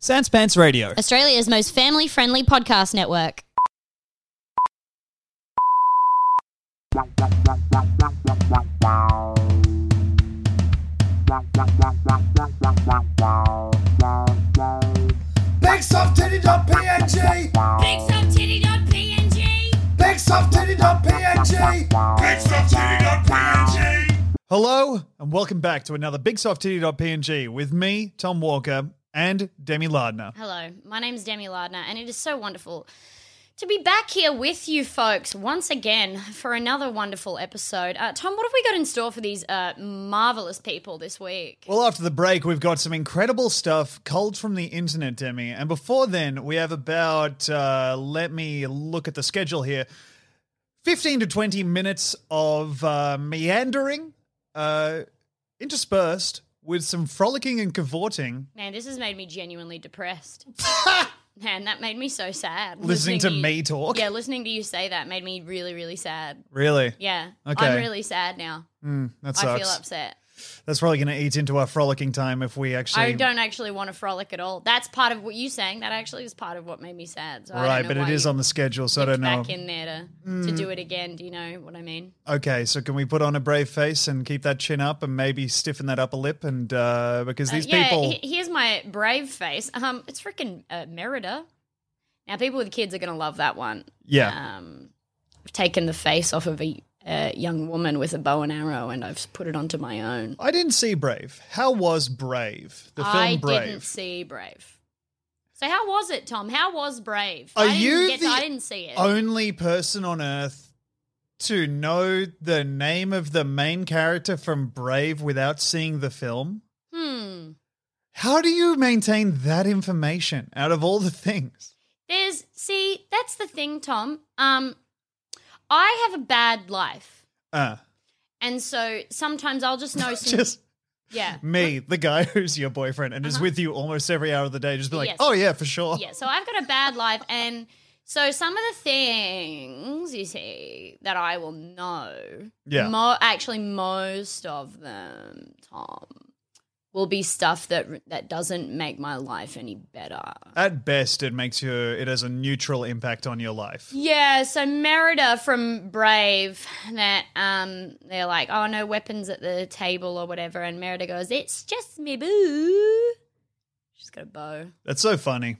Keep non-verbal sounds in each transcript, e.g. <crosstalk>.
Sans Pants Radio. Australia's most family friendly podcast network. BigSoftTitty.png BigSoftTitty.png. BigSoftTitty.png BigSoftTitty.png Hello, and welcome back to another BigSoftTitty.png with me, Tom Walker, and Demi Lardner. Hello, my name's Demi Lardner, and it is so wonderful to be back here with you folks once again for another wonderful episode. Uh, Tom, what have we got in store for these uh, marvelous people this week? Well, after the break, we've got some incredible stuff culled from the internet, Demi. And before then, we have about, uh, let me look at the schedule here, 15 to 20 minutes of uh, meandering uh, interspersed with some frolicking and cavorting, Man, this has made me genuinely <laughs> depressed. Man, that made me so sad. listening, to you- me talk. Yeah, listening to you say that made me really, really sad. Really? Yeah. Okay. I'm really sad now. That I sucks. feel upset. That's probably going to eat into our frolicking time if we actually. I don't actually want to frolic at all. That's part of what you saying. That actually is part of what made me sad. So I Right, don't know but why it is you on the schedule, so I don't dipped know. Mm. back in there to, to do it again. Do you know what I mean? Okay, so can we put on a brave face and keep that chin up and maybe stiffen that upper lip? And uh, because Uh, these yeah, people. he- here's my brave face. Um, it's freaking uh, Merida. Now, people with kids are going to love that one. yeah. Um, I've taken the face off of a, uh young woman with a bow and arrow, and I've put it onto my own. I didn't see Brave. How was Brave? The film I Brave. didn't see Brave. So how was it, Tom? How was Brave? Are I didn't you get the to- I didn't see it. Only person on earth to know the name of the main character from Brave without seeing the film? Hmm. How do you maintain that information out of all the things? There's see, that's the thing, Tom. Um I have a bad life. Uh, <laughs> And so sometimes I'll just know some just <laughs> Yeah. me, the guy who's your boyfriend and is with you almost every hour of the day, just be like, Uh-huh. Yes. oh, yeah, for sure. Yeah. So I've got a bad life and so some of the things you see that I will know. Yeah. Mo- actually most of them, Tom, will be stuff that that doesn't make my life any better. At best, it makes you, it has a neutral impact on your life. Yeah, so Merida from Brave that um they're like, Oh no weapons at the table or whatever and Merida goes, It's just me boo She's got a bow. That's so funny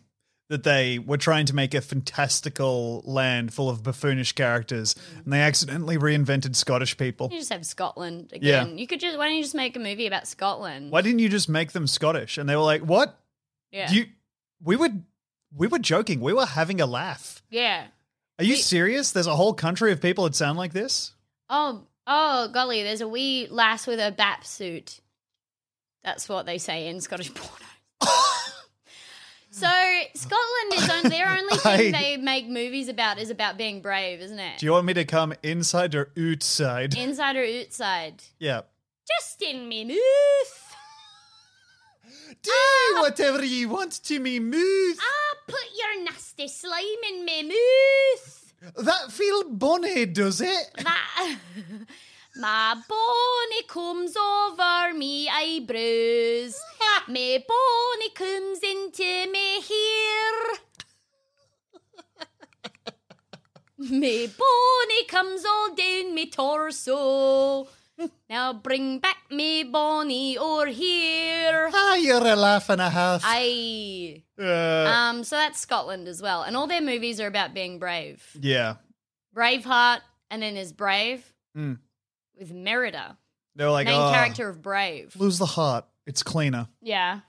that they were trying to make a fantastical land full of buffoonish characters Mm. and they accidentally reinvented Scottish people. You just have Scotland Yeah. again. You could just why don't you just make a movie about Scotland? Why didn't you just make them Scottish? And they were like, what? Yeah. You, we were, we were joking. We were having a laugh. yeah. Are you serious? There's a whole country of people that sound like <laughs> this? Oh oh golly, there's a wee lass with a bap suit. That's what they say in Scottish <laughs> porno. So Scotland is <laughs> on, their only thing I- they make movies about is about being brave, isn't it? Do you want me to come inside or outside? Inside or outside? yeah. Just in me mouth. Do whatever you want to me, moose. Ah, put your nasty slime in me mouth. That feel bonny, does <laughs> it? That. My bonny comes over me eyebrows. me bonny comes into me hair. me bonny comes all down me torso. now bring back me bonny <laughs> or here. Ah, you're a laugh and a half. Aye. Uh, Um, so that's Scotland as well. And all their movies are about being brave. yeah. Braveheart, and then there's Brave Mm. with Merida, They were like, main oh, character of Brave. lose the heart. It's cleaner. Yeah.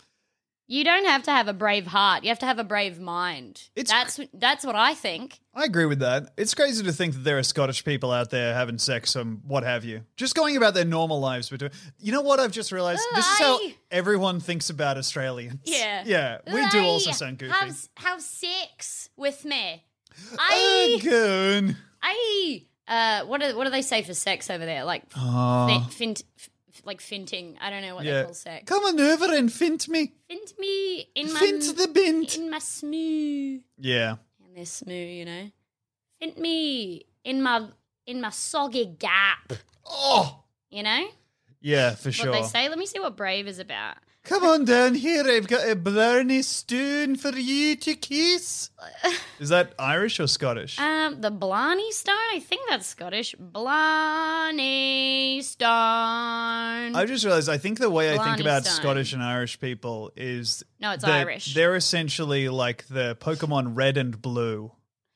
You don't have to have a brave heart. You have to have a brave mind. It's- that's that's what I think. I agree with that. It's crazy to think that there are Scottish people out there having sex and what have you. Just going about their normal lives. Between, you know what I've just realized? This is how Aye. everyone thinks about Australians. Yeah. <laughs> Yeah. We do also Aye, sound goofy. Have have sex with me. <gasps> I Again. I uh what do what do they say for sex over there? Like Oh, fin- fint, f- like finting. I don't know what they yeah. call sex. Come on over and fint me. Fint me in my Fint the bint. in my smoo. Yeah. And they're smoo, you know. Fint me in my in my soggy gap, Oh. you know? Yeah, for sure. What they say. Let me see what brave is about. Come on down here. I've got a blarney stone for you to <laughs> kiss. Is that Irish or Scottish? Um, the Blarney Stone. I think that's Scottish. Blarney Stone. I just realized I think the way I think Blarney about Stone. Scottish and Irish people is No, it's that Irish. They're essentially like the Pokemon Red and Blue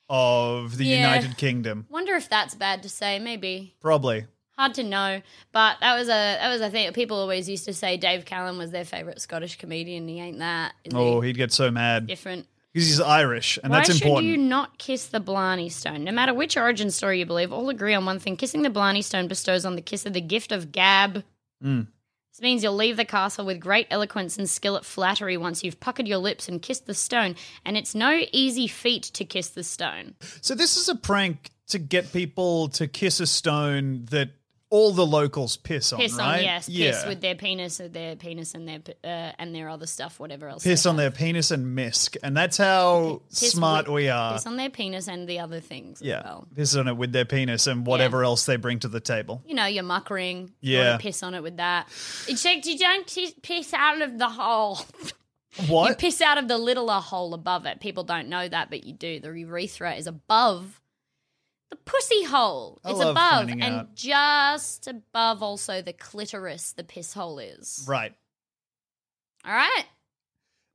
of the Yeah. United Kingdom. Wonder if that's bad to say. Maybe Probably. hard to know. But that was a that was a thing. People always used to say Dave Callan was their favorite Scottish comedian. He ain't that. Is Oh, he? he'd get so mad because different. he's Irish, and Why that's important. should you not kiss the Blarney Stone? No matter which origin story you believe, all agree on one thing: kissing the Blarney Stone bestows on the kisser the gift of gab. Mm. This means you'll leave the castle with great eloquence and skill at flattery once you've puckered your lips and kissed the stone, and it's no easy feat to kiss the stone. So this is a prank to get people to kiss a stone that all the locals piss on, Piss right? on, yes, yeah. piss with their penis, or their penis and their p- uh, and their other stuff, whatever else. piss they on have. their penis and misc, and that's how Piss smart with- we are. Piss on their penis and the other things. yeah, as well. piss on it with their penis and whatever else they bring to the table. you know, your muck ring. Yeah. You want to piss on it with that. Except you don't t- piss out of the hole. You What? piss out of the littler hole above it. People don't know that, but you do. The urethra is above the pussy hole. I it's love above. finding And out. just above also the clitoris, the piss hole is. right. All right.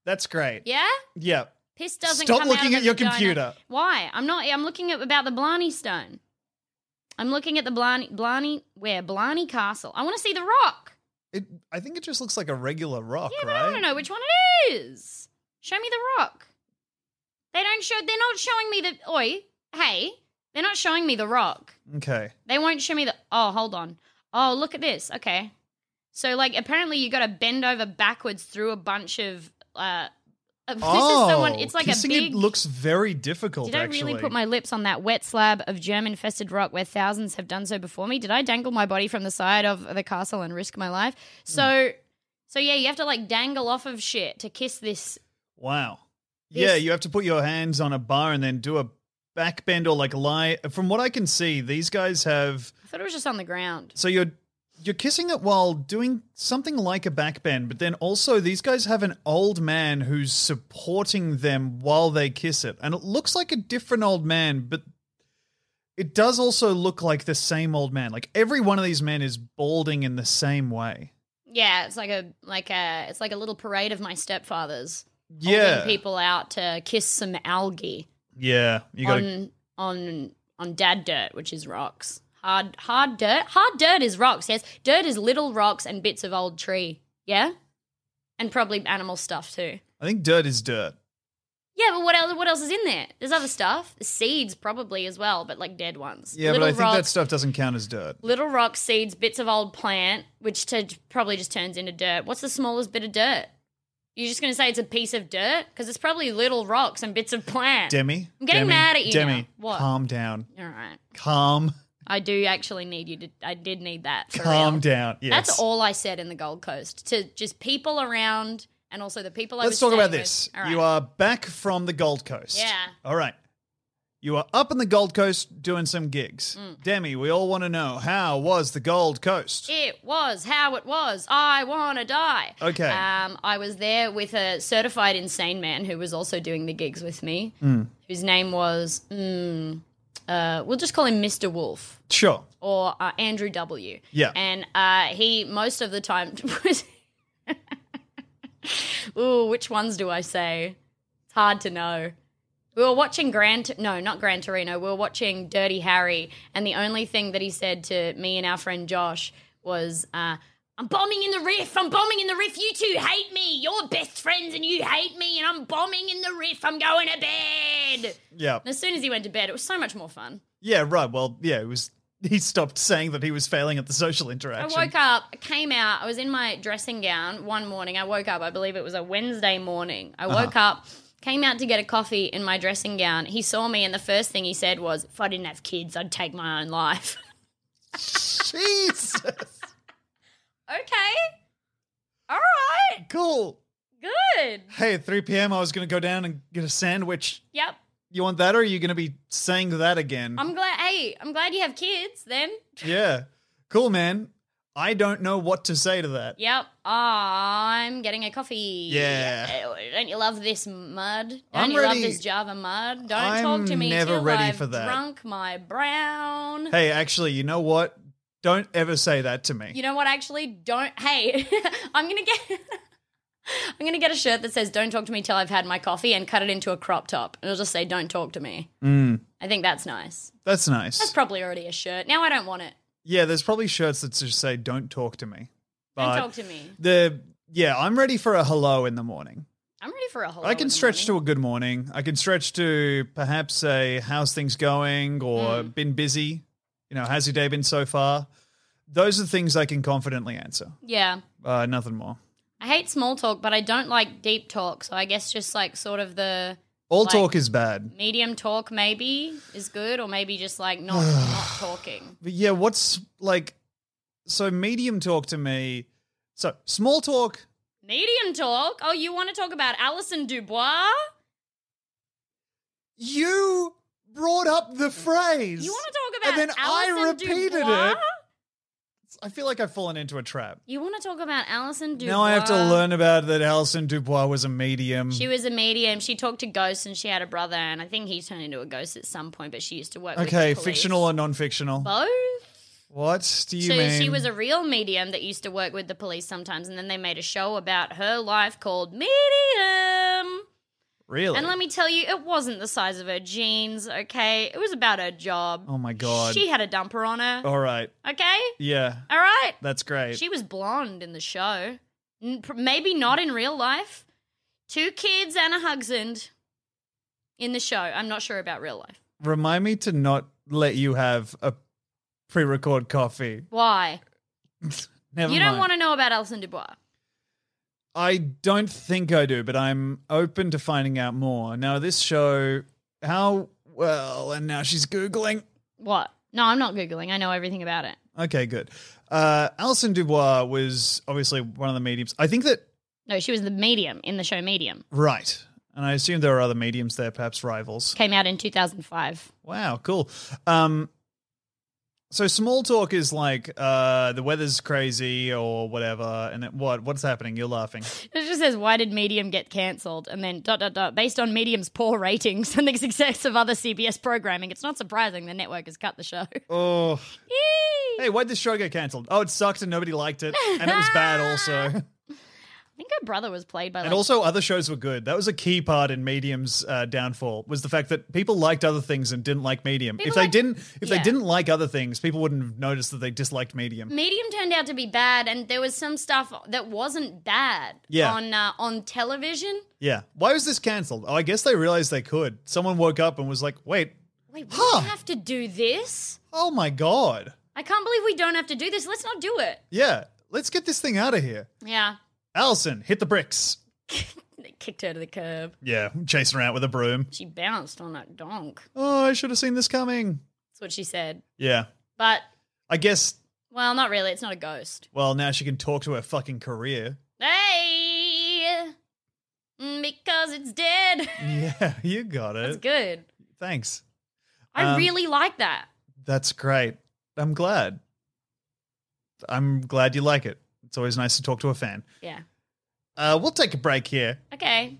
That's great. Yeah? Yeah. Piss doesn't Stop come looking out of at the your vagina. computer. Why? I'm not. I'm looking at about the Blarney Stone. I'm looking at the Blarney, Blarney, where Blarney Castle. I want to see the rock. It, I think it just looks like a regular rock, Yeah, but right? I want to know which one it is. Show me the rock. They don't show. They're not showing me the. Oi, hey, they're not showing me the rock. Okay. They won't show me the. Oh, hold on. Oh, look at this. Okay, so like apparently you got to bend over backwards through a bunch of. Uh, this oh, is someone. It's like a kissing big. it looks very difficult. did I actually. really put my lips on that wet slab of germ-infested rock where thousands have done so before me? Did I dangle my body from the side of the castle and risk my Hmm. life? So, so yeah, you have to like dangle off of shit to kiss this Wow. This- yeah, you have to put your hands on a bar and then do a back bend or like lie. From what I can see, these guys have I thought it was just on the ground. so you're you're kissing it while doing something like a back bend, but then also these guys have an old man who's supporting them while they kiss it. And it looks like a different old man, but it does also look like the same old man. Like every one of these men is balding in the same way. Yeah, it's like a like a it's like a little parade of my stepfathers holding Yeah. people out to kiss some algae Yeah. You gotta on on on dad dirt, which is rocks. Hard hard dirt. Hard dirt is rocks. Yes, dirt is little rocks and bits of old tree. Yeah, and probably animal stuff too. I think dirt is dirt. Yeah, but what else? What else is in there? There's other stuff, seeds probably as well, but like dead ones. Yeah, but little I think that rocks, stuff doesn't count as dirt. little rock seeds, bits of old plant, which to, probably just turns into dirt. What's the smallest bit of dirt? You're just going to say it's a piece of dirt because it's probably little rocks and bits of plant. Demi. I'm getting Demi, mad at you Demi, now. What? calm down. All right, Calm, I do actually need you to. I did need that. <laughs> For calm real. down. Yes. That's all I said in the Gold Coast to just people around and also the people I Let's was talk about staying with. this. All right. You are back from the Gold Coast. Yeah. All right. You are up in the Gold Coast doing some gigs. Demi, we all want to know how was the Gold Coast? Mm. It was how it was. I want to die. Okay. Um, I was there with a certified insane man who was also doing the gigs with me, Hmm. whose name was, mm, uh, we'll just call him Mr. Wolf sure. or uh, Andrew W. Yeah. And uh, he, most of the time, <laughs> was. Ooh, which ones do I say? It's hard to know. We were watching Gran, no, not Gran Torino. We were watching Dirty Harry, and the only thing that he said to me and our friend Josh was, uh, "I'm bombing in the riff. I'm bombing in the riff. You two hate me. You're best friends, and you hate me. And I'm bombing in the riff. I'm going to bed." Yeah. And as soon as he went to bed, it was so much more fun. Yeah, right. Well, yeah, it was <laughs> he stopped saying that he was failing at the social interaction. I woke up, I came out, I was in my dressing gown one morning. I woke up, I believe it was a Wednesday morning. I Uh-huh. woke up, came out to get a coffee in my dressing gown. He saw me, and the first thing he said was, If I didn't have kids, I'd take my own life. <laughs> <laughs> Jesus. okay. All right. cool. Good. Hey, at 3 p.m. I was going to go down and get a sandwich. Yep. You want that or are you going to be saying that again? I'm glad. Hey, I'm glad you have kids then. yeah. Cool, man. I don't know what to say to that. Yep. I'm getting a coffee. Yeah. Don't you love this mud? Don't I'm you ready- love this Java mud? Don't I'm talk to me never till ready I've for that. drunk my brown. Hey, actually, you know what? Don't ever say that to me. You know what? Actually, don't. Hey, <laughs> I'm gonna get. <laughs> I'm gonna get a shirt that says "Don't talk to me till I've had my coffee" and cut it into a crop top, and it'll just say "Don't talk to me." I think that's nice. That's nice. That's probably already a shirt. Now I don't want it. yeah, there's probably shirts that just say "Don't talk to me." Don't But talk to me. the yeah, I'm ready for a hello in the morning. I'm ready for a whole. I can stretch to a good morning. I can stretch to perhaps a how's things going or Hmm. been busy. You know, how's your day been so far? Those are things I can confidently answer. Yeah, Uh, nothing more. I hate small talk, but I don't like deep talk. So I guess just like sort of the All Like- talk is bad. medium talk maybe is good, or maybe just <sighs> like not not talking. But yeah, what's like? So medium talk to me. So small talk. Medium talk. Oh, you want to talk about Alison Dubois? You brought up the phrase. You want to talk And about then I Alison repeated Dubois? it. I feel like I've fallen into a trap. You want to talk about Alison Dubois? Now I have to learn about that Alison Dubois was a medium. She was a medium. She talked to ghosts, and she had a brother, and I think he turned into a ghost at some point. But she used to work. with okay, the police. fictional or non-fictional? Both. what do you so mean? she was a real medium that used to work with the police sometimes, and then they made a show about her life called Medium. really. And let me tell you, it wasn't the size of her jeans. Okay, it was about her job. oh my god. Oh. She had a dumper on her. All right. Okay, Yeah, all right. that's great. She was blonde in the show. N- pr- Maybe not in real life. Two kids and a Hugsand in the show. I'm not sure about real life. Remind me to not let you have a pre-record coffee. Why? Never you mind. don't want to know about Alison Dubois. I don't think I do, but I'm open to finding out more. Now, this show, how well, and now she's Googling. What? No, I'm not Googling. I know everything about it. Okay, good. Uh, Alison Dubois was obviously one of the mediums. I think that, No, she was the medium in the show Medium. right. And I assume there are other mediums there, perhaps rivals. Came out in 2005. Wow, cool. Um, so small talk is like uh, the weather's crazy or whatever, and it, what what's happening? You're laughing. It just says, Why did Medium get cancelled? And then dot, dot, dot. Based on Medium's poor ratings and the success of other CBS programming, it's not surprising the network has cut the show. Oh, hey, why'd this show get cancelled? Oh, it sucked and nobody liked it, and it was bad also. <laughs> I think her brother was played by like And also, other shows were good. That was a key part in Medium's uh, downfall was the fact that people liked other things and didn't like Medium. if People they like- didn't, if they yeah. Mm. didn't like other things, people wouldn't have noticed that they disliked Medium. Medium turned out to be bad, and there was some stuff that wasn't bad Yeah. on uh, on television. Yeah. Why was this cancelled? Oh, I guess they realized they could. Someone woke up and was like, "Wait, Wait, we Huh. have to do this? oh my god, I can't believe we don't have to do this. Let's not do it. yeah, let's get this thing out of here." Yeah, Allison hit the bricks. they kicked her to the curb. Yeah, chase her out with a broom. She bounced on that donk. Oh, I should have seen this coming. That's what she said. Yeah, But I guess. well, not really. It's not a ghost. <laughs> Well, now she can talk to her fucking career. Hey, Mm, it's dead. <laughs> Yeah, you got That's it. good. Thanks. I Uh, Um, really like that. That's great. I'm glad. I'm glad you like it. It's always nice to talk to a fan. Yeah. Uh, we'll take a break here. Okay.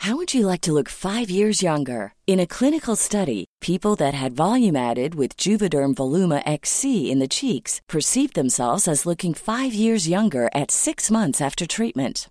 How would you like to look five years younger? In a clinical study, people that had volume added with Juvederm Voluma XC in the cheeks perceived themselves as looking five years younger at six months after treatment.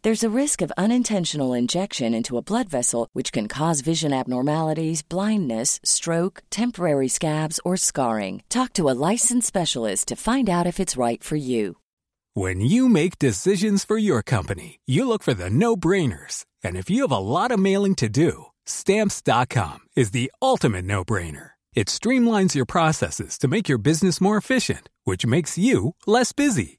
There's a risk of unintentional injection into a blood vessel, which can cause vision abnormalities, blindness, stroke, temporary scabs, or scarring. Talk to a licensed specialist to find out if it's right for you. When you make decisions for your company, you look for the no brainers. And if you have a lot of mailing to do, stamps.com is the ultimate no brainer. It streamlines your processes to make your business more efficient, which makes you less busy.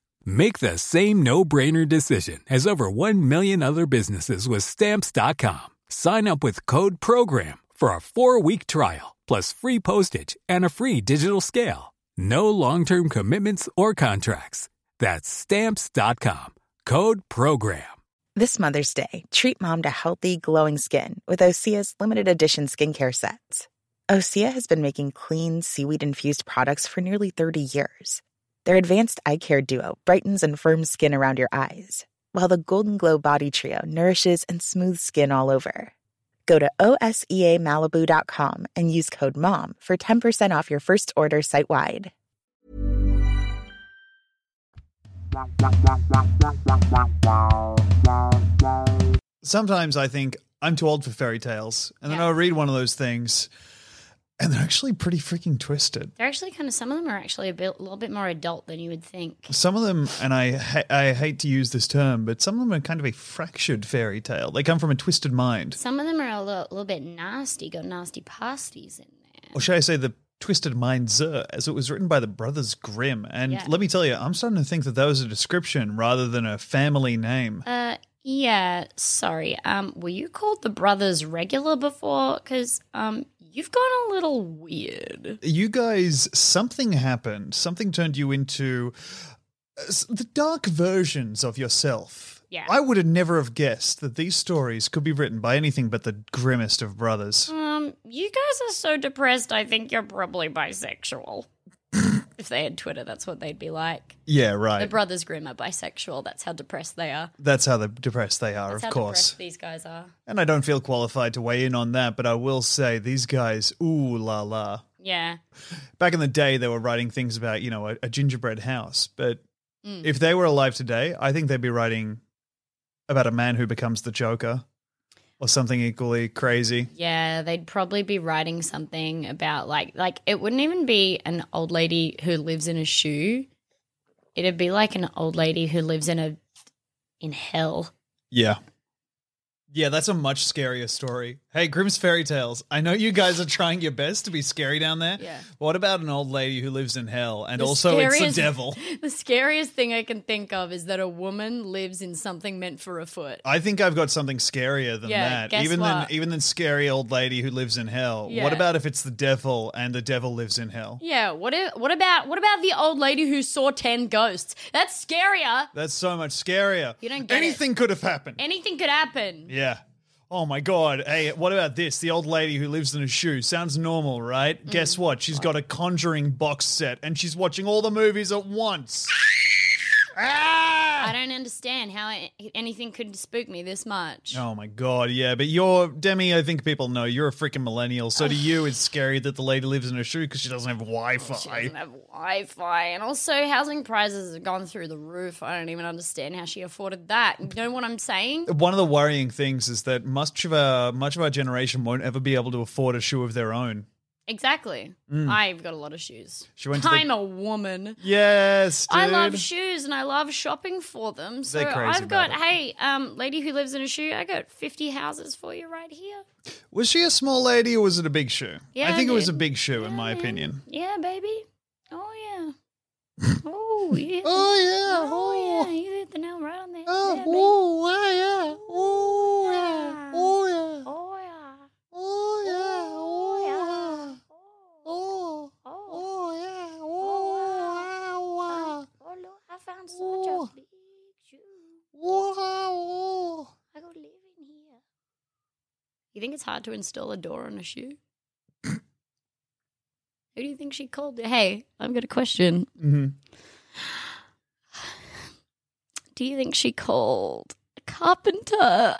Make the same no brainer decision as over 1 million other businesses with Stamps.com. Sign up with Code Program for a four week trial, plus free postage and a free digital scale. No long term commitments or contracts. That's stamps.com. Code program. This Mother's Day, treat mom to healthy, glowing skin with Osea's limited edition skincare sets. Osea has been making clean, seaweed infused products for nearly 30 years. Their advanced eye care duo brightens and firms skin around your eyes, while the Golden Glow Body Trio nourishes and smooths skin all over. Go to E OSEAMalibu.com and use code MOM for 10% off your first order site wide. Sometimes I think I'm too old for fairy tales, and then I'll read one of those things, and they're actually pretty freaking twisted. They're actually kind of, some of them are actually a bit, little bit more adult than you would think. Some of them, and I ha- I hate to use this term, but some of them are kind of a fractured fairy tale. They come from a twisted mind, Some of them are a little, little bit nasty, got nasty pasties in there. or should I say, the twisted mind zer, as it was written by the brothers Grimm. And Yeah. let me tell you, I'm starting to think that that was a description rather than a family name. Uh, yeah, sorry. Um, were you called the brothers regular before? Because um, you've gone a little weird. you guys something happened something turned you into uh, s- the dark versions of yourself Yeah. i would have never have guessed that these stories could be written by anything but the grimmest of brothers Um, you guys are so depressed. I think you're probably bisexual. if they had Twitter, that's what they'd be like. yeah The right Brothers Grimm are bisexual. That's how depressed they are. that's how the depressed they are That's of how course depressed these guys are. and i don't feel qualified to weigh in on that but i will say these guys ooh la la Yeah. back in the day they were writing things about you know a, a gingerbread house but Mm. if they were alive today i think they'd be writing about a man who becomes the joker or something equally crazy Yeah, they'd probably be writing something about like like it wouldn't even be an old lady who lives in a shoe. It'd be like an old lady who lives in a in hell. yeah yeah that's a much scarier story hey grimm's fairy tales i know you guys are trying your best to be scary down there Yeah. what about an old lady who lives in hell and The also it's scariest- the <laughs> devil The scariest thing I can think of is that a woman lives in something meant for a foot. I think I've got something scarier than Yeah, that. guess even what? than even than scary old lady who lives in hell. What Yeah. about if it's the devil and the devil lives in hell? Yeah, what if, what about what about the old lady who saw 10 ghosts? That's scarier. That's so much scarier. You don't get anything could have happened. Anything could happen. yeah. Oh my god. Hey, what about this? The old lady who lives in a shoe. Sounds normal, right? Mm. Guess what? She's got a conjuring box set and she's watching all the movies at once. Ah! I don't understand how a- anything could spook me this much. Oh my god, yeah. But you're Demi, I think people know you're a freaking millennial. So to you it's scary that the lady lives in a shoe because she doesn't have Wi Ah. She Fi. doesn't have Wi-Fi, and also housing prices have gone through the roof. I don't even understand how she afforded that. You know what I'm saying? One of the worrying things is that much of our much of our generation won't ever be able to afford a shoe of their own. Mm. Exactly. I've got a lot of shoes. Hmm. She went to the- I'm a woman. Yes, I love dude. shoes and I love shopping for them. So They're crazy I've got, about hey, um, lady who lives in a shoe, I got 50 houses for you right here. Was she a small lady or was it a big shoe? Yeah, I think it was a dude. big shoe, in Yeah, my man. opinion. Yeah, baby. <laughs> Oh, yeah. oh, yeah. Oh yeah. Oh, yeah. You hit the nail right on the head. there, baby. Oh, oh yeah. yeah. Oh yeah. Oh, yeah. Oh yeah. Oh, yeah. Oh. Oh, Oh yeah. Oh, oh look, I found such Oh. a big shoe. Wow. I go live in here. You think it's hard to install a door on a shoe? Who do you think she called? Hey, I've got a question. Mm-hmm. <sighs> Do you think she called a carpenter?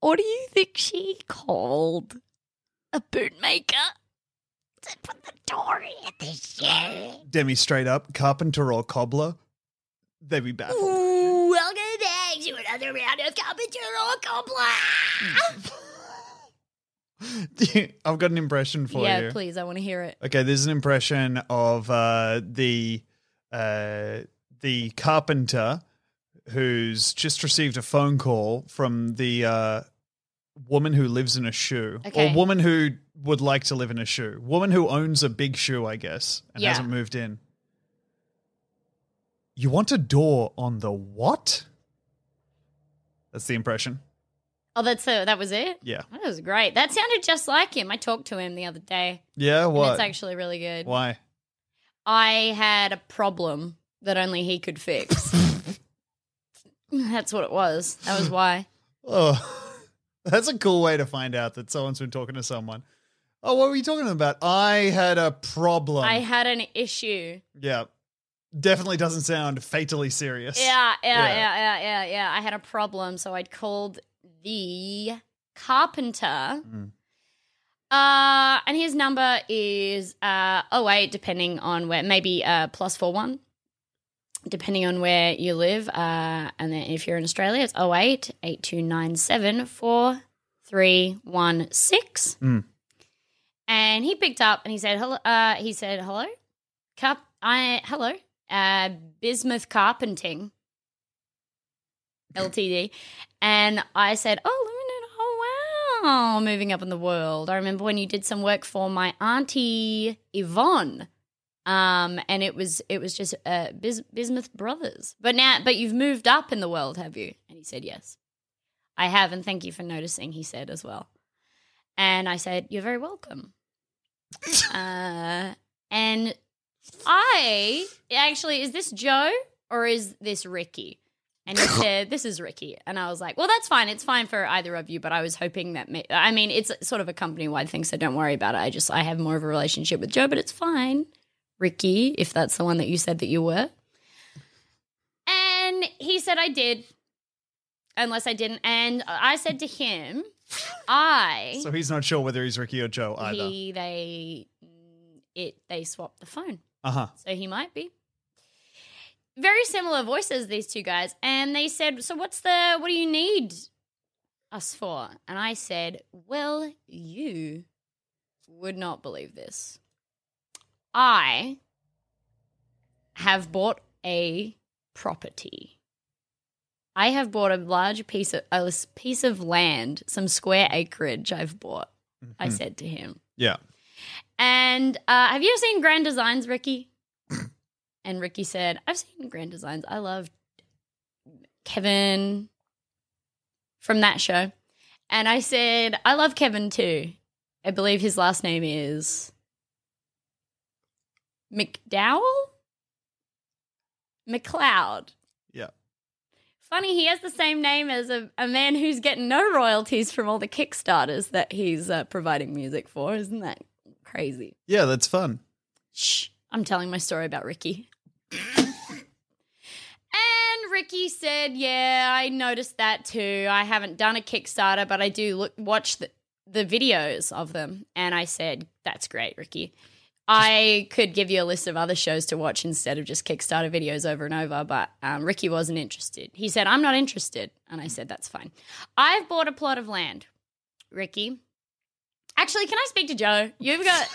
Or do you think she called a bootmaker to put the door in the shoe? Demi straight up carpenter or cobbler, they'd be baffled. <laughs> Welcome back to another round of Carpenter or Cobbler. I've got an impression for yeah, you. please, I want to hear it. Okay, there's an impression of uh, the uh, the carpenter who's just received a phone call from the uh, woman who lives in a shoe, Okay. or woman who would like to live in a shoe, woman who owns a big shoe, I guess, and Yeah. hasn't moved in. You want a door on the what? That's the impression. Oh, that's uh, that was it. Yeah. that was great. That sounded just like him. I talked to him the other day. Yeah. and What? it's actually really good. Why? I had a problem that only he could fix. <laughs> that's what it was. That <laughs> was why. Oh, <laughs> that's a cool way to find out that someone's been talking to someone. Oh, what were you talking about? I had a problem. I had an issue. yeah. Definitely doesn't sound fatally serious. Yeah, yeah, Yeah. yeah, yeah, yeah, yeah. I had a problem, so I'd called the carpenter. Mm. Uh, and his number is uh, 08, depending on where, maybe uh, plus 41, depending on where you live. Uh, and then if you're in Australia, it's 08 8297 4316. Mm. And he picked up and he said, hello. Uh, he said, hello. Carp- I, hello. Uh, Bismuth Carpenting LTD. And I said, oh, limited. Oh, wow. Moving up in the world. I remember when you did some work for my auntie Yvonne. Um, and it was it was just uh, Bis- Bismuth Brothers. But now, but you've moved up in the world, have you? And he said, yes, I have. And thank you for noticing, he said as well. And I said, you're very welcome. uh, and I actually, is this Joe or is this Ricky? And he said, this is Ricky. And I was like, well, that's fine. It's fine for either of you. But I was hoping that, may- I mean, it's sort of a company wide thing. So don't worry about it. I just, I have more of a relationship with Joe, but it's fine. Ricky, if that's the one that you said that you were. And he said, I did. Unless I didn't. And I said to him, I. So he's not sure whether he's Ricky or Joe either. He, they, it, they swapped the phone, uh huh. so he might be. Very similar voices, these two guys, and they said, "So what's the? What do you need us for?" And I said, "Well, you would not believe this. I have bought a property." I have bought a large piece of a piece of land, some square acreage. I've bought. I Hmm. said to him, Mm-hmm. Yeah. and uh, have you ever seen Grand Designs, Ricky? and Ricky said, I've seen Grand Designs. I love Kevin from that show. And I said, I love Kevin too. I believe his last name is McDowell? McLeod. Yeah. funny, he has the same name as a, a man who's getting no royalties from all the Kickstarters that he's uh, providing music for. Isn't that crazy? Yeah, that's fun. Shh, I'm telling my story about Ricky. and Ricky said, "Yeah, I noticed that too. I haven't done a Kickstarter, but I do look watch the, the videos of them." And I said, "That's great, Ricky. I could give you a list of other shows to watch instead of just Kickstarter videos over and over, but um, Ricky wasn't interested. He said, I'm not interested. And I said, That's fine. I've bought a plot of land, Ricky. Actually, can I speak to Joe? You've got.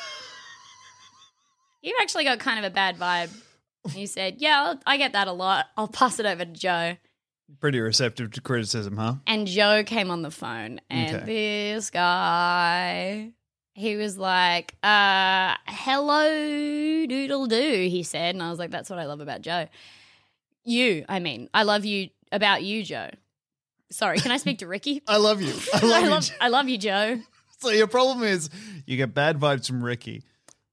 You've actually got kind of a bad vibe. And You said, Yeah, I'll, I get that a lot. I'll pass it over to Joe. Pretty receptive to criticism, huh? And Joe came on the phone, and this guy, he was like, uh, hello, doodle doo, he said. And I was like, that's what I love about Joe. You, I mean, I love you about you, Joe. Sorry, can I speak <laughs> to Ricky? I love <laughs> you. I love I you. love, I love you, Joe. So your problem is you get bad vibes from Ricky,